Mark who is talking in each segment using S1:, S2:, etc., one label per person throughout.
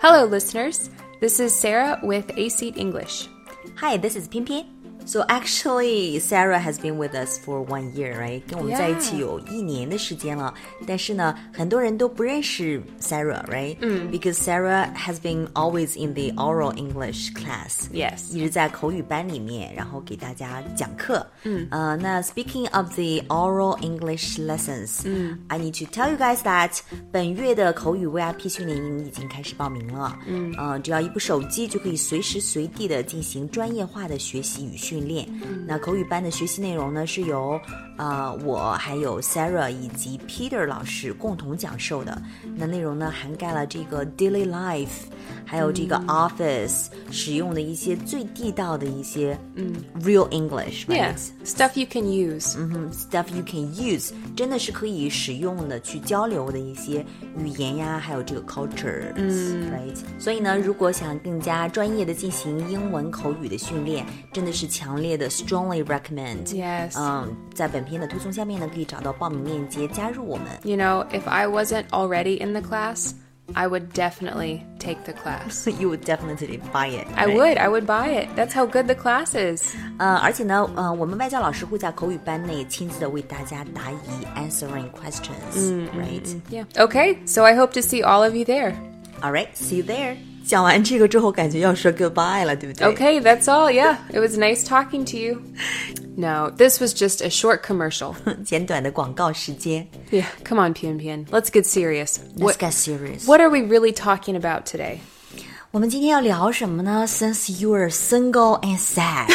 S1: Hello, listeners. This is Sarah with A Seat English.
S2: Hi, this is 偏偏。So actually, Sarah has been with us for one year, right? 跟我们在一起有一年的时间了。但是呢，很多人都不认识 Sarah, right? 嗯，because Sarah has been always in the oral English class.
S1: Yes.
S2: 一直在口语班里面，然后给大家讲课。嗯，呃，那 speaking of the oral English lessons，嗯，I need to tell you guys that 本月的口语 VIP 训练营已经开始报名了。嗯，呃，只要一部手机就可以随时随地的进行专业化的学习与训练。那口语班的学习内容呢，是由呃我还有 Sarah 以及 Peter 老师共同讲授的。那内容呢，涵盖了这个 daily life，还有这个 office 使用的一些最地道的一些嗯 real English，right？
S1: Yes, stuff you can use.
S2: 嗯，stuff you can use，真的是可以使用的、去交流的一些语言呀，还有这个 culture，嗯，right。所以呢，如果想更加专业的进行英文口语的训练，真的是强烈的 strongly recommend。
S1: Yes.
S2: 嗯，在本片的推送下面呢，可以找到报名链接，加入我们。
S1: You know, if I wasn't already in the class, I would definitely take the class.
S2: You would definitely buy it.
S1: I
S2: right?
S1: would. I would buy it. That's how good the class is.
S2: 呃，而且呢，呃，我们外教老师会在口语班内亲自的为大家答疑，answering
S1: 嗯
S2: questions，right？、
S1: Yeah. Okay, so I hope to see all of you there.
S2: All right, see you there. 讲完这个之后，感觉要说 goodbye 了，对不对
S1: Okay, that's all. Yeah, it was nice talking to you. No, this was just a short commercial.
S2: 简短的广告时间。
S1: Yeah, come on, Pian Pian. Let's get serious.
S2: Let's
S1: What,
S2: get serious.
S1: what are we really talking about today?
S2: 我们今天要聊什么呢？Since you are single and sad，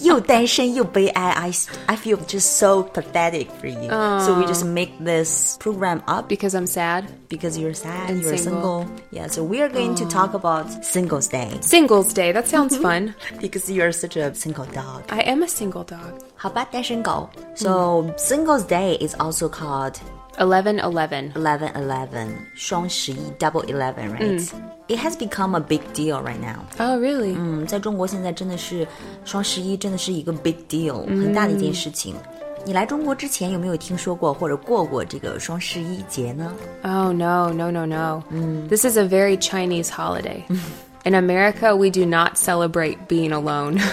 S2: 又单身又悲哀，I I feel just so pathetic for you.、so we just make this program up
S1: Because I'm sad.
S2: because you're sad,
S1: And
S2: you're
S1: single.
S2: single. Yeah, so we are going to talk about Singles Day
S1: Singles Day. That sounds fun.
S2: because you are such a single dog.
S1: I am a single dog.
S2: 好吧，单身狗。So Singles Day is also called
S1: 1111.
S2: Eleven Eleven, 双十一 Double Eleven, right? It has become a big deal right now.
S1: Oh, really?
S2: 嗯，在中国现在真的是双十一真的是一个 big deal，、很大的一件事情。你来中国之前有没有听说过或者过过这个双十一节呢？
S1: Oh, no, no, no, no. This is a very Chinese holiday. In America, we do not celebrate being alone.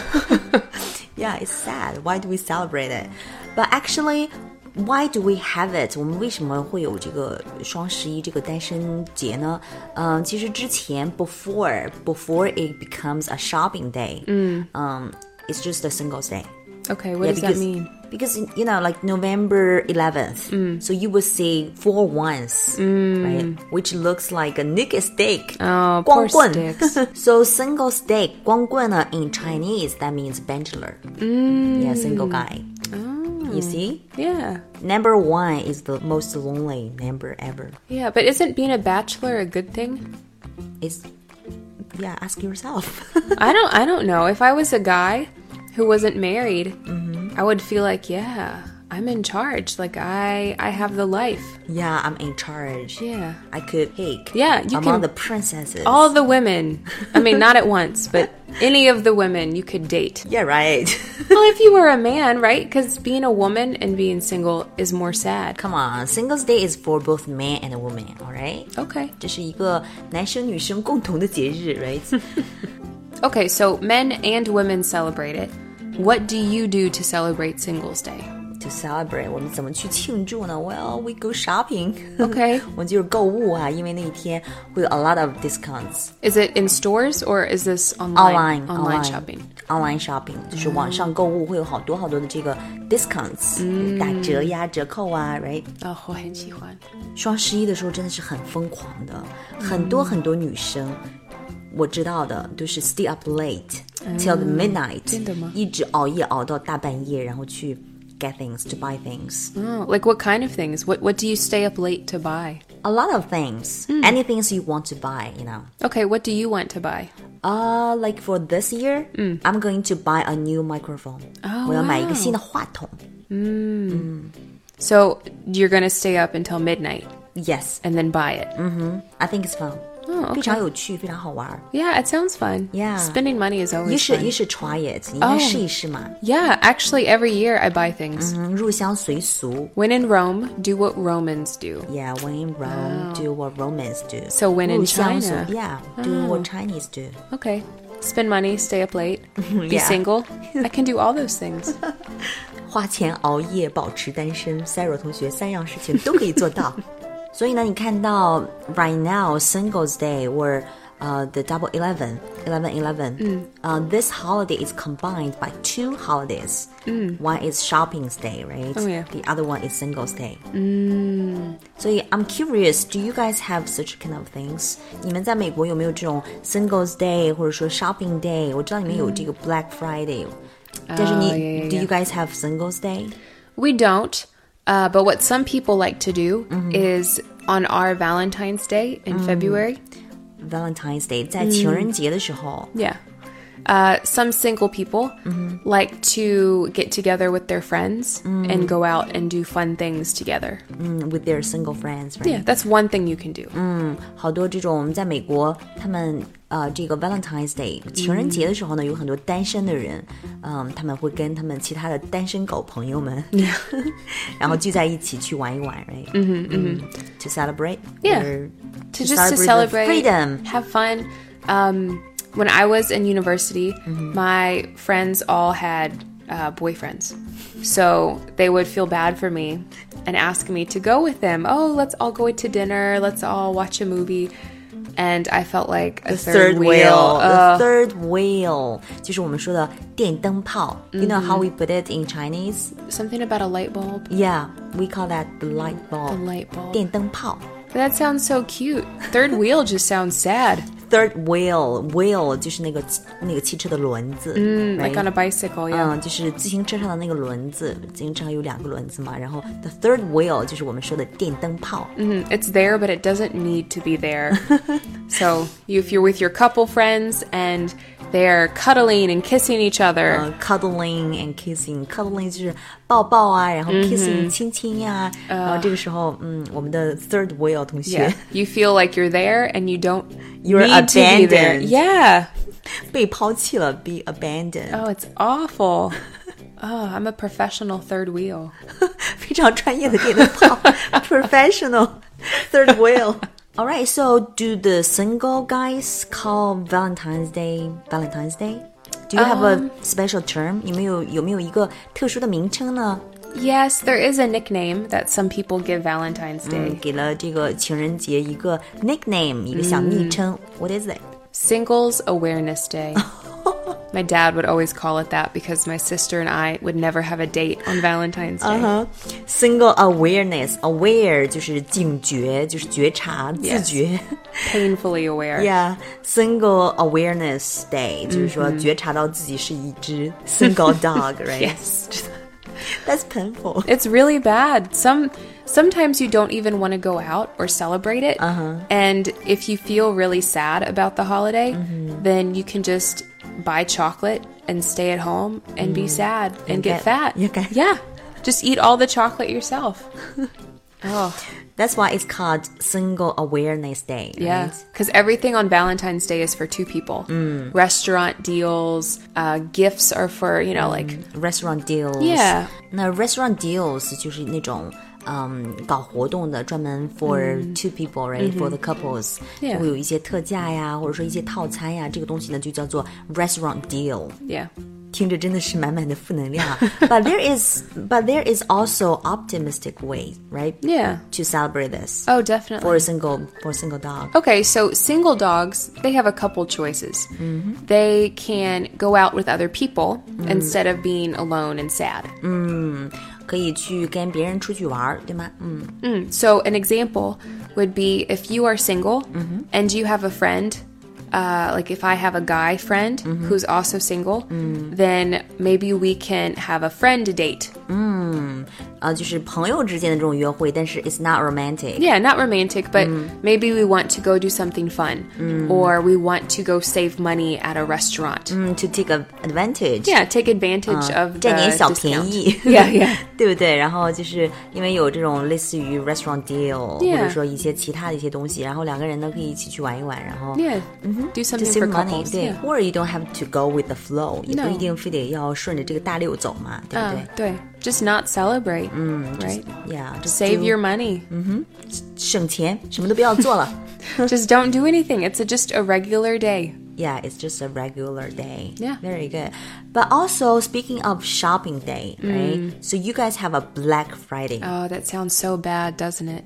S2: Yeah, it's sad. Why do we celebrate it? But actually, why do we have it? 我们为什么会有这个双十一这个单身节呢？嗯，其实之前 before before it becomes a shopping day，嗯嗯，it's just a Singles Day.
S1: okay, what
S2: Yeah,
S1: does
S2: because-
S1: that mean? Mm.
S2: Because you know, like November 11th, so you would see four ones, right? Which looks like a naked steak.
S1: Oh, poor
S2: 光棍。
S1: sticks.
S2: so single steak, 光棍呢 in Chinese that means bachelor.
S1: Mm.
S2: Yeah, single guy.
S1: Ah.
S2: You see,
S1: yeah.
S2: number one is the most lonely number ever.
S1: Yeah, but isn't being a bachelor a good thing?
S2: It's yeah. Ask yourself.
S1: I don't I don't know. If I was a guy who wasn't married, I would feel like, yeah, I'm in charge. Like I I have the life.
S2: yeah, I'm in charge.
S1: Yeah.
S2: I could pick.
S1: Yeah, you can-
S2: among the princesses.
S1: All the women. I mean, not at once, but any of the women you could date.
S2: yeah, right.
S1: Well, if you were a man, right? Because being a woman and being single is more sad.
S2: Come on, Singles Day is for both men and women, alright?
S1: Okay.
S2: 这是一个男生女生共同的节日，right？
S1: Okay, so men and women celebrate it. What do you do to celebrate Singles Day?
S2: To celebrate，我们怎么去庆祝呢？Well, we go shopping.
S1: Okay.
S2: 我们就是购物啊，因为那一天会有 a lot of discounts.
S1: Is it in stores or is this online?
S2: Online,
S1: online shopping.
S2: Online shopping 就是网上购物会有好多好多的这个 discounts，、打折呀、折扣啊，right？
S1: Oh, 我很喜欢。
S2: 双十一的时候真的是很疯狂的，很
S1: 嗯
S2: 多很多女生。我知道的都是 stay up late till the midnight，、
S1: 嗯真的吗
S2: 一直熬夜熬到大半夜，然后去 get things to buy things。
S1: Oh, like what kind of things? What what do you stay up late to buy?
S2: A lot of things,
S1: 嗯
S2: anything you want to buy, you know.
S1: Okay, what do you want to buy?
S2: Uh, like for this year, I'm going to buy a new microphone.
S1: 嗯 Oh,
S2: 我要买一
S1: wow.
S2: 个新的话筒。
S1: So you're gonna stay up until midnight
S2: Yes, 嗯
S1: and then buy it.
S2: Mm. I think it's fun.
S1: Oh,
S2: 非
S1: okay.
S2: 常有趣，非常好玩儿。
S1: Yeah, it sounds fun.
S2: Yeah.
S1: Spending money is always
S2: You should
S1: fun.
S2: you should try it，你应该
S1: Oh.
S2: 试一试嘛。
S1: Yeah, actually, every year I buy things.
S2: 嗯，入乡随俗。
S1: When in Rome, do what Romans do.
S2: Yeah, when in Rome, do what Romans do.
S1: Oh. So when in
S2: 入乡
S1: China- Oh.
S2: 随 yeah, do what Chinese do.
S1: Okay. Spend money, stay up late, be
S2: Yeah.
S1: single. I can do all those things.
S2: 花钱熬夜保持单身，Sarah 同学三样事情都可以 做到。所以呢，你看到 right now Singles Day or 呃、the Double Eleven Eleven Eleven，嗯，
S1: Mm.
S2: 呃、this holiday is combined by two holidays，嗯，one is Shopping Day, right?
S1: Mm. Oh, yeah. Mm.
S2: The other one is Singles Day. 嗯，所以 I'm curious, do you guys have such kind of things？你们在美国有没有这种 Singles Day 或者说 Shopping Day？我知道你们有这个
S1: Mm.
S2: Black Friday，、但是你
S1: Oh, yeah, yeah,
S2: do you
S1: yeah.
S2: guys have Singles Day?
S1: We don't, uh, but what some people like to do is on our Valentine's Day in February.
S2: Valentine's Day，在情人节的时候，
S1: Yeah. Uh, some single people like to get together with their friends and go out and do fun things together.
S2: 嗯，with their single
S1: Yeah,
S2: friends，right？、
S1: that's one thing you can do.
S2: 好多这种在美国，他们呃，这个 Valentine's Day 情人节的时候呢，有很多单身的人，嗯，他们会跟他们其他的单身狗朋 友们，然后聚在一起去玩一玩，right？嗯嗯，to celebrate，
S1: Yeah.
S2: their-
S1: to just to
S2: the
S1: celebrate
S2: freedom。
S1: have fun um, when i was in university my friends all had uh, boyfriends so they would feel bad for me and ask me to go with them oh let's all go to dinner let's all watch a movie and i felt like a third,
S2: Third
S1: wheel uh。
S2: wheel, the
S1: Ugh.
S2: third wheel 就是我们说的电灯泡。You know how we put it in Chinese?
S1: something about a light bulb
S2: Yeah, we call that the light bulb.
S1: a light bulb
S2: 电灯泡。
S1: that sounds so cute third wheel just sounds sad
S2: Third wheel wheel 就是那个那个汽车的轮子，嗯
S1: like on a bicycle yeah
S2: 嗯，就是自行车上的那个轮子，自行车上有两个轮子嘛，然后 the third wheel 就是我们说的电灯泡。
S1: Mm, It's there, but it doesn't need to be there. so you, if you're with your couple friends and they're cuddling and kissing each other,
S2: 呃 cuddling and kissing，cuddling 就是抱抱啊，然后 kissing、亲亲呀、然后这个时候，嗯，我们的 third wheel 同学
S1: yeah, you feel like you're there and you don't
S2: You're
S1: need to be there.
S2: abandoned.
S1: Yeah.
S2: 被抛弃了，be abandoned，、
S1: Oh, it's awful. Oh, I'm a professional third wheel.
S2: 非常专业的电灯 泡，professional third wheel。All right, so do the single guys call Valentine's Day Valentine's Day? Do you have a special term? 你们有有没有一个特殊的名称呢？
S1: Yes, there is a nickname that some people give Valentine's Day.
S2: 给了这个情人节一个 nickname，一个小昵称。What is it?
S1: Singles Awareness Day. My dad would always call it that because my sister and I would never have a date on Valentine's Day.
S2: Uh-huh. Single awareness. Aware 就是警觉，就是觉察、自
S1: Yes.
S2: 觉。
S1: Painfully aware.
S2: Yeah, single awareness day，、就是说觉察到自己是一只 single dog, right?
S1: Yes.
S2: That's painful.
S1: It's really bad. Some sometimes you don't even want to go out or celebrate it.
S2: Uh-huh.
S1: And if you feel really sad about the holiday,
S2: Mm-hmm.
S1: then you can just buy chocolate and stay at home and be sad and, get,
S2: Mm. get-
S1: fat.
S2: you get-
S1: Yeah. Just eat all the chocolate yourself. oh,
S2: That's why it's called single awareness day. right? Mm.
S1: yeah. Cuz everything on Valentine's Day is for two people. Restaurant deals, uh, gifts are for, you know,
S2: Mm.
S1: like
S2: Restaurant deals.
S1: Yeah.
S2: 那 restaurant deals 就是那种。嗯搞活动的专门 for two people, right? For the couples，、
S1: Yeah.
S2: 就会有一些特价呀，或者说一些套餐呀，这个东西呢就叫做 restaurant deal。
S1: yeah.
S2: 听着真的是满满的负能量啊。but there is, but there is also optimistic way, right?
S1: Yeah.
S2: To celebrate this
S1: Oh, definitely.
S2: for a single for a single dog.
S1: Okay, so single dogs, they have a couple choices. They can go out with other people instead of being alone and sad.
S2: 可以去跟别人出去玩儿，对吗？嗯
S1: So, an example would be if you are single and you have a friend, uh, like if I have a guy friend who's also single, then maybe we can have a friend date
S2: 呃，就是朋友之间的这种约会，但是 it's not romantic。
S1: Yeah, not romantic, but maybe we want to go do something fun or we want to go save money at a restaurant.
S2: 嗯，to take a advantage。
S1: Yeah, take advantage of
S2: 占点
S1: the
S2: 小便
S1: discount.
S2: 宜
S1: Yeah, yeah.
S2: 对不对？然后就是因为有这种类似于 restaurant deal，、或者说一些其他的一些东西，然后两个人呢可以一起去玩一玩，然后
S1: Yeah, do
S2: to
S1: something for
S2: Mm-hmm. save money，
S1: couples.
S2: 对
S1: yeah.
S2: ，or you don't have to go with the flow，也不
S1: No
S2: 一定非得要顺着这个大溜走嘛，对不
S1: Uh,
S2: 对？
S1: 对, just not celebrate, right?
S2: Yeah, just
S1: Save
S2: Mm, do- Mm-hmm.
S1: your money.
S2: 省钱，什么都不要做了。
S1: just don't do anything. It's a, just a regular day.
S2: Yeah, it's just a regular day.
S1: Yeah.
S2: very good. But also speaking of shopping day, right?
S1: Mm。
S2: So you guys have a Black Friday.
S1: Oh, that sounds so bad, doesn't it?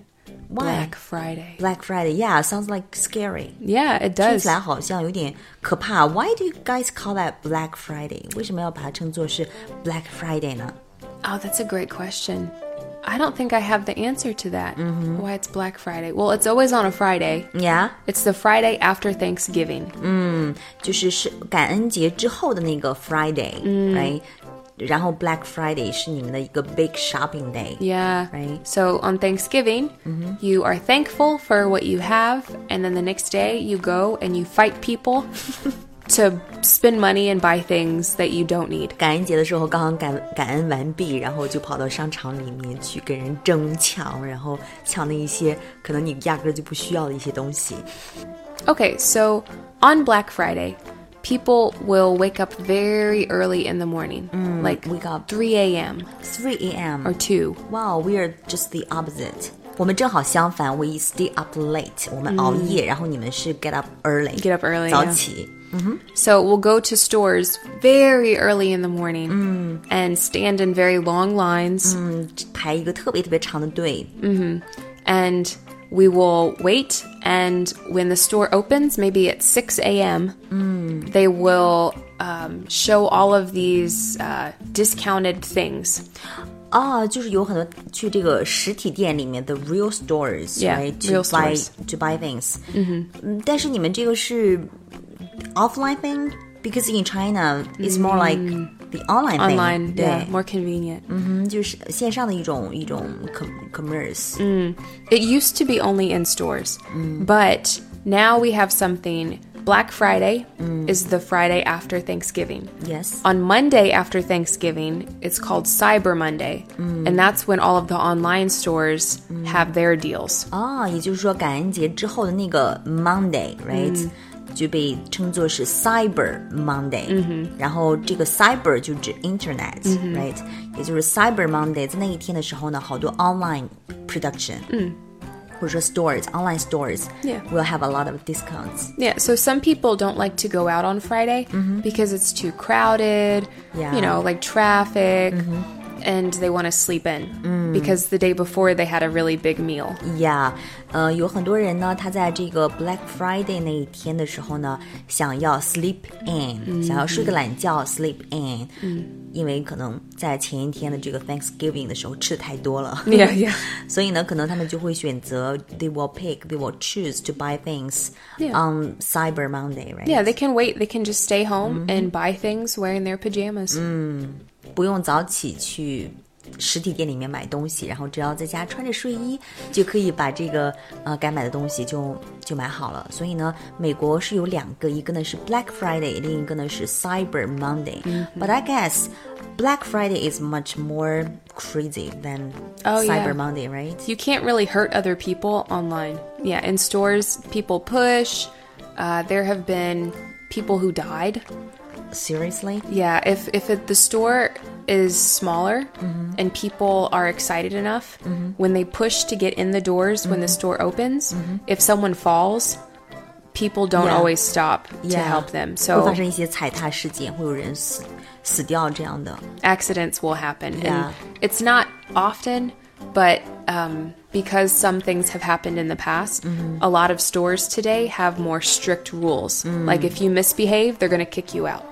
S2: Why?
S1: Black Friday.
S2: Black Friday, yeah, sounds like scary.
S1: Yeah, it
S2: 听
S1: does.
S2: 起来好像有点可怕。Why do you guys call that Black Friday？为什么要把它称作是 Black Friday 呢？
S1: Oh, that's a great question. I don't think I have the answer to that.
S2: Mm-hmm.
S1: Why it's Black Friday? Well, it's always on a Friday.
S2: 呀、
S1: It's the Friday after Thanksgiving.
S2: 就是是感恩节之后的那个 Friday，right？然后 Black Friday 是你们的一个 big shopping day。
S1: Yeah.
S2: Right.
S1: So on Thanksgiving, you are thankful for what you have, and then the next day you go and you fight people to spend money and buy things that you don't need.
S2: 感恩节的时候刚刚感感恩完毕，然后就跑到商场里面去跟人争抢，然后抢那一些可能你压根儿就不需要的一些东西。
S1: Okay, so on Black Friday, people will wake up very early in the morning, like
S2: wake up.
S1: 3 a.m.
S2: 3 a.m.
S1: or 2.
S2: Wow, we are just the opposite. 我们正好相反，we stay up late，我们熬夜，然后你们是 get up early。
S1: 嗯 Get up early，
S2: 早
S1: yeah.
S2: 起。
S1: So we'll go to stores very early in the morning and stand in very long lines,
S2: 排一个特别特别长的队，
S1: and we will wait. And when the store opens, maybe at 6 a.m., they will um, show all of these uh, discounted things.
S2: 哦，就是有很多去这个实体店里面的 real stores，
S1: Yeah,
S2: right,
S1: real
S2: to buy
S1: stores. Mm-hmm。
S2: to buy things。嗯哼，但是你们这个是 offline thing because in China it's more like the online thing。
S1: Mm。 Online,
S2: 对
S1: yeah, more convenient.
S2: 嗯，就是线上的一种一种 com- commerce。
S1: It used to be only in stores, but now we have something. Black Friday is the Friday after Thanksgiving.
S2: Yes.
S1: On Monday after Thanksgiving, it's called Cyber Monday, and that's when all of the online stores have their deals.
S2: 啊，也就是说感恩节之后的那个 Monday，right？、就被称作是 Cyber Monday，、然后这个 Cyber 就指 Internet，right？、也就是 Cyber Monday，在那一天的时候呢，好多 online production，嗯，或者说 stores，online stores
S1: Yeah.
S2: will have a lot of discounts。
S1: Yeah, so some people don't like to go out on Friday because it's too crowded,
S2: Yeah.
S1: you know, like traffic, and they want to sleep in because the day before they had a really big meal.
S2: Yeah，呃，有很多人呢，他在这个 Black Friday 那一天的时候呢，想要 sleep in，、
S1: 嗯
S2: 想要睡个懒觉 sleep in，、因为可能在前一天的这个 Thanksgiving 的时候吃的太多了
S1: Yeah, yeah.
S2: 所以呢，可能他们就会选择 they will pick，they will choose to buy things
S1: Yeah.
S2: on Cyber Monday，right？
S1: Yeah, they can wait. They can just stay home and buy things wearing their pajamas.
S2: 不用早起去实体店里面买东西，然后只要在家穿着睡衣就可以把这个呃该买的东西就就买好了。所以呢，美国是有两个，一个呢是 Black Friday，另一个呢是 Cyber Monday。But I guess Black Friday is much more crazy than
S1: Oh, yeah.
S2: Cyber Monday, right?
S1: You can't really hurt other people online. Yeah, in stores, people push. Uh, there have been people who died.
S2: Seriously?
S1: Yeah, if if it, the store is smaller
S2: Mm-hmm.
S1: and people are excited enough, when they push to get in the doors when the
S2: Mm-hmm.
S1: store opens, if someone falls, people don't
S2: Yeah.
S1: always stop to
S2: Yeah.
S1: help them.
S2: 会发
S1: So
S2: 生一些踩踏事件，会有人死死掉这样的。
S1: accidents will happen.
S2: Yeah.
S1: And it's not often, but um, because some things have happened in the past,
S2: Mm-hmm.
S1: a lot of stores
S2: Mm.
S1: today have more strict rules. Like if you misbehave, they're going to kick you out.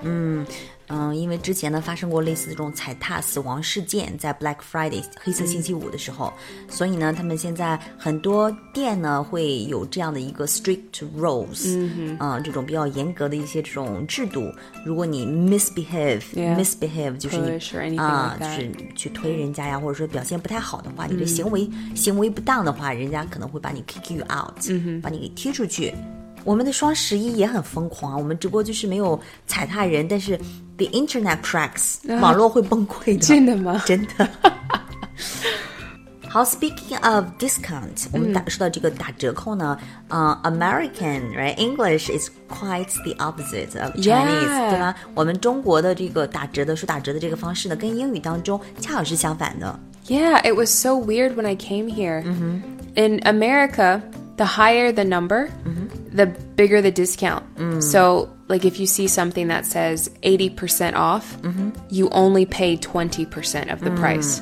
S2: 嗯，因为之前呢发生过类似这种踩踏死亡事件，在 Black Friday 黑色星期五的时候，所以呢，他们现在很多店呢会有这样的一个 strict rules，嗯、呃这种比较严格的一些这种制度。如果你 misbehave、
S1: Yeah.
S2: misbehave 就是你
S1: Push or anything
S2: 啊、
S1: like that.
S2: 就是去推人家呀，或者说表现不太好的话，
S1: 嗯
S2: 你的行为、行为不当的话，人家可能会把你 kick you out，、把
S1: 嗯
S2: 你给踢出去。我们的双十一也很疯狂，我们直播就是没有踩踏人，但是 the internet cracks，、网络会崩溃的，
S1: 啊 真的吗
S2: 真的。好，Speaking of discount，、我
S1: 嗯
S2: 们打说到这个打折扣呢，呃、a m e r i c a n right English is quite the opposite of Chinese，、
S1: Yeah
S2: 对吗？我们中国的这个打折的说打折的这个方式呢，跟英语当中恰好是相反的。
S1: Yeah, it was so weird when I came here.
S2: Mm-hmm.
S1: In America, the higher the number,
S2: Mm-hmm.
S1: the bigger the discount.
S2: Mm.
S1: So, like if you see something that says 80% off,
S2: Mm-hmm.
S1: you only pay 20% of the price.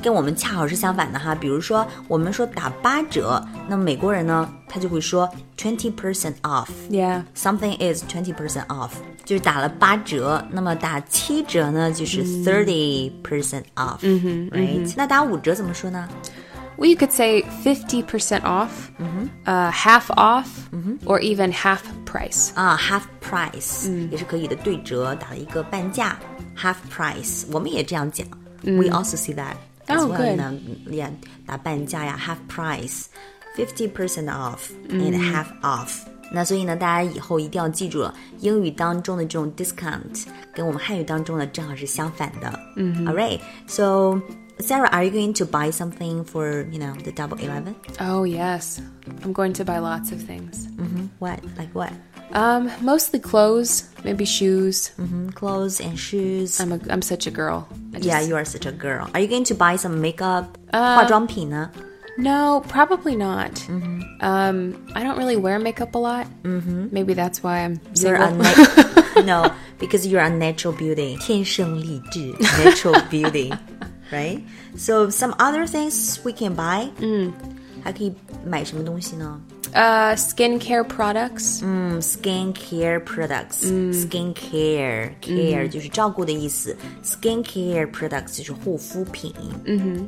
S2: 跟我们恰好是相反的哈。比如说，我们说打八折，那么美国人呢，他就会说 twenty percent off。
S1: Yeah.
S2: Something is twenty percent off，就是打了八折。那么打七折呢，就是 thirty percent off，right？、那打五折怎么说呢？
S1: Well, you could say 50% off,
S2: Mm-hmm.
S1: uh, half off, or even half price.
S2: 啊、h a l f price、也是可以的，对折打了一个半价，half price，我们也这样讲、w e also see that as
S1: Oh,
S2: well
S1: good.
S2: 呢，也打半价呀，half price，fifty percent off and half off、那所以呢，大家以后一定要记住了，英语当中的这种 discount 跟我们汉语当中的正好是相反的。嗯，All right，so Sarah, are you going to buy something for you know the Double Eleven?
S1: Oh, yes. I'm going to buy lots of things.
S2: What like what?
S1: Um, mostly clothes, maybe shoes.
S2: Mm, Clothes and shoes.
S1: I'm, a, I'm such a girl. I
S2: Yeah, you are such a girl. Are you going to buy some makeup?
S1: Uh,
S2: 化妆品呢？
S1: No, probably not. Um, I don't really wear makeup a lot. Mm-hmm. Maybe that's why I'm
S2: You're
S1: single.
S2: a nat- no, because you're a natural beauty. 天生丽质 ，natural beauty, right? So some other things we can buy.
S1: Mm.
S2: 嗯，还可以买什么东西呢？
S1: uh, skincare products.
S2: 嗯，skincare products.
S1: Mm.
S2: Skincare care 就是照顾的意思。Skincare products 就是护肤品。
S1: Mm.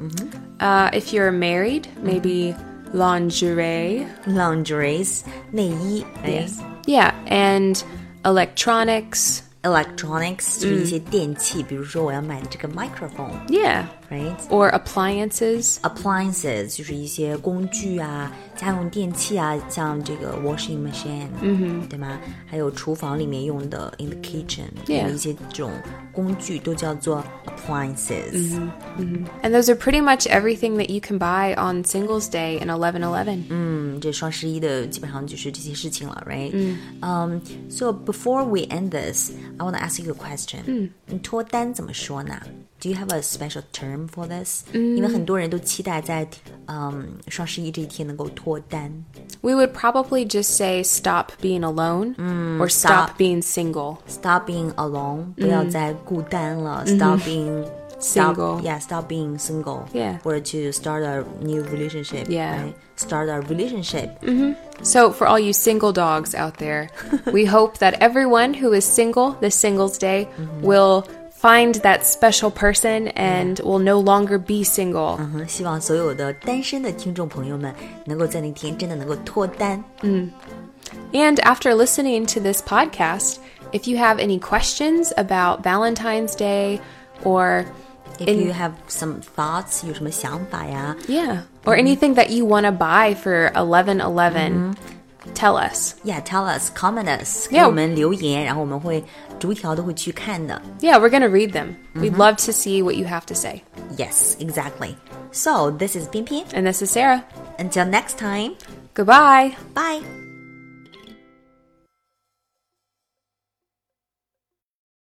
S1: Uh, if you're married, maybe lingerie.
S2: Lingeries 内衣。哎
S1: Yeah, and electronics.
S2: electronics 就是一些电器，比如说我要买这个 microphone，right？
S1: Yeah, or appliances.
S2: Appliances 就是一些工具啊、家用电器啊，像这个 washing machine，嗯对吗？还有厨房里面用的 in the kitchen，
S1: Yeah
S2: 有一些这种工具都叫做 appliances。
S1: And those are pretty much everything that you can buy on Singles Day and 1111.
S2: 这双十一的基本上就是这些事情了，right？嗯、um,，So before we end this, I want to ask you a question。嗯，你脱单怎么说呢？Do you have a special term for this？、因为很多人都期待在嗯双十一这一天能够脱单。
S1: We would probably just say stop being alone or stop,
S2: stop.
S1: being single.
S2: Stop being alone，、不要再孤单了。Stop being stop,
S1: Single.
S2: yeah. Stop being single.
S1: Yeah.
S2: Or to start a new relationship.
S1: Yeah.
S2: right? Start a relationship.
S1: So, for all you single dogs out there, we hope that everyone who is single this Singles Day will find that special person and will no longer be single.
S2: 嗯，希望所有的单身的听众朋友们能够在那天真的能够脱单。
S1: And after listening to this podcast, if you have any questions about Valentine's Day or
S2: If you have some thoughts，有什么想法呀
S1: yeah, or anything that you want to buy for 1111, tell us.
S2: ？Yeah, tell us, comment us，给
S1: Yeah.
S2: 我们留言，然后我们会逐条都会去看的。
S1: Yeah, we're going to read them. We'd love to see what you have to say.
S2: Yes, exactly. So this is 偏偏
S1: And this is Sarah.
S2: Until next time,
S1: Goodbye.
S2: bye.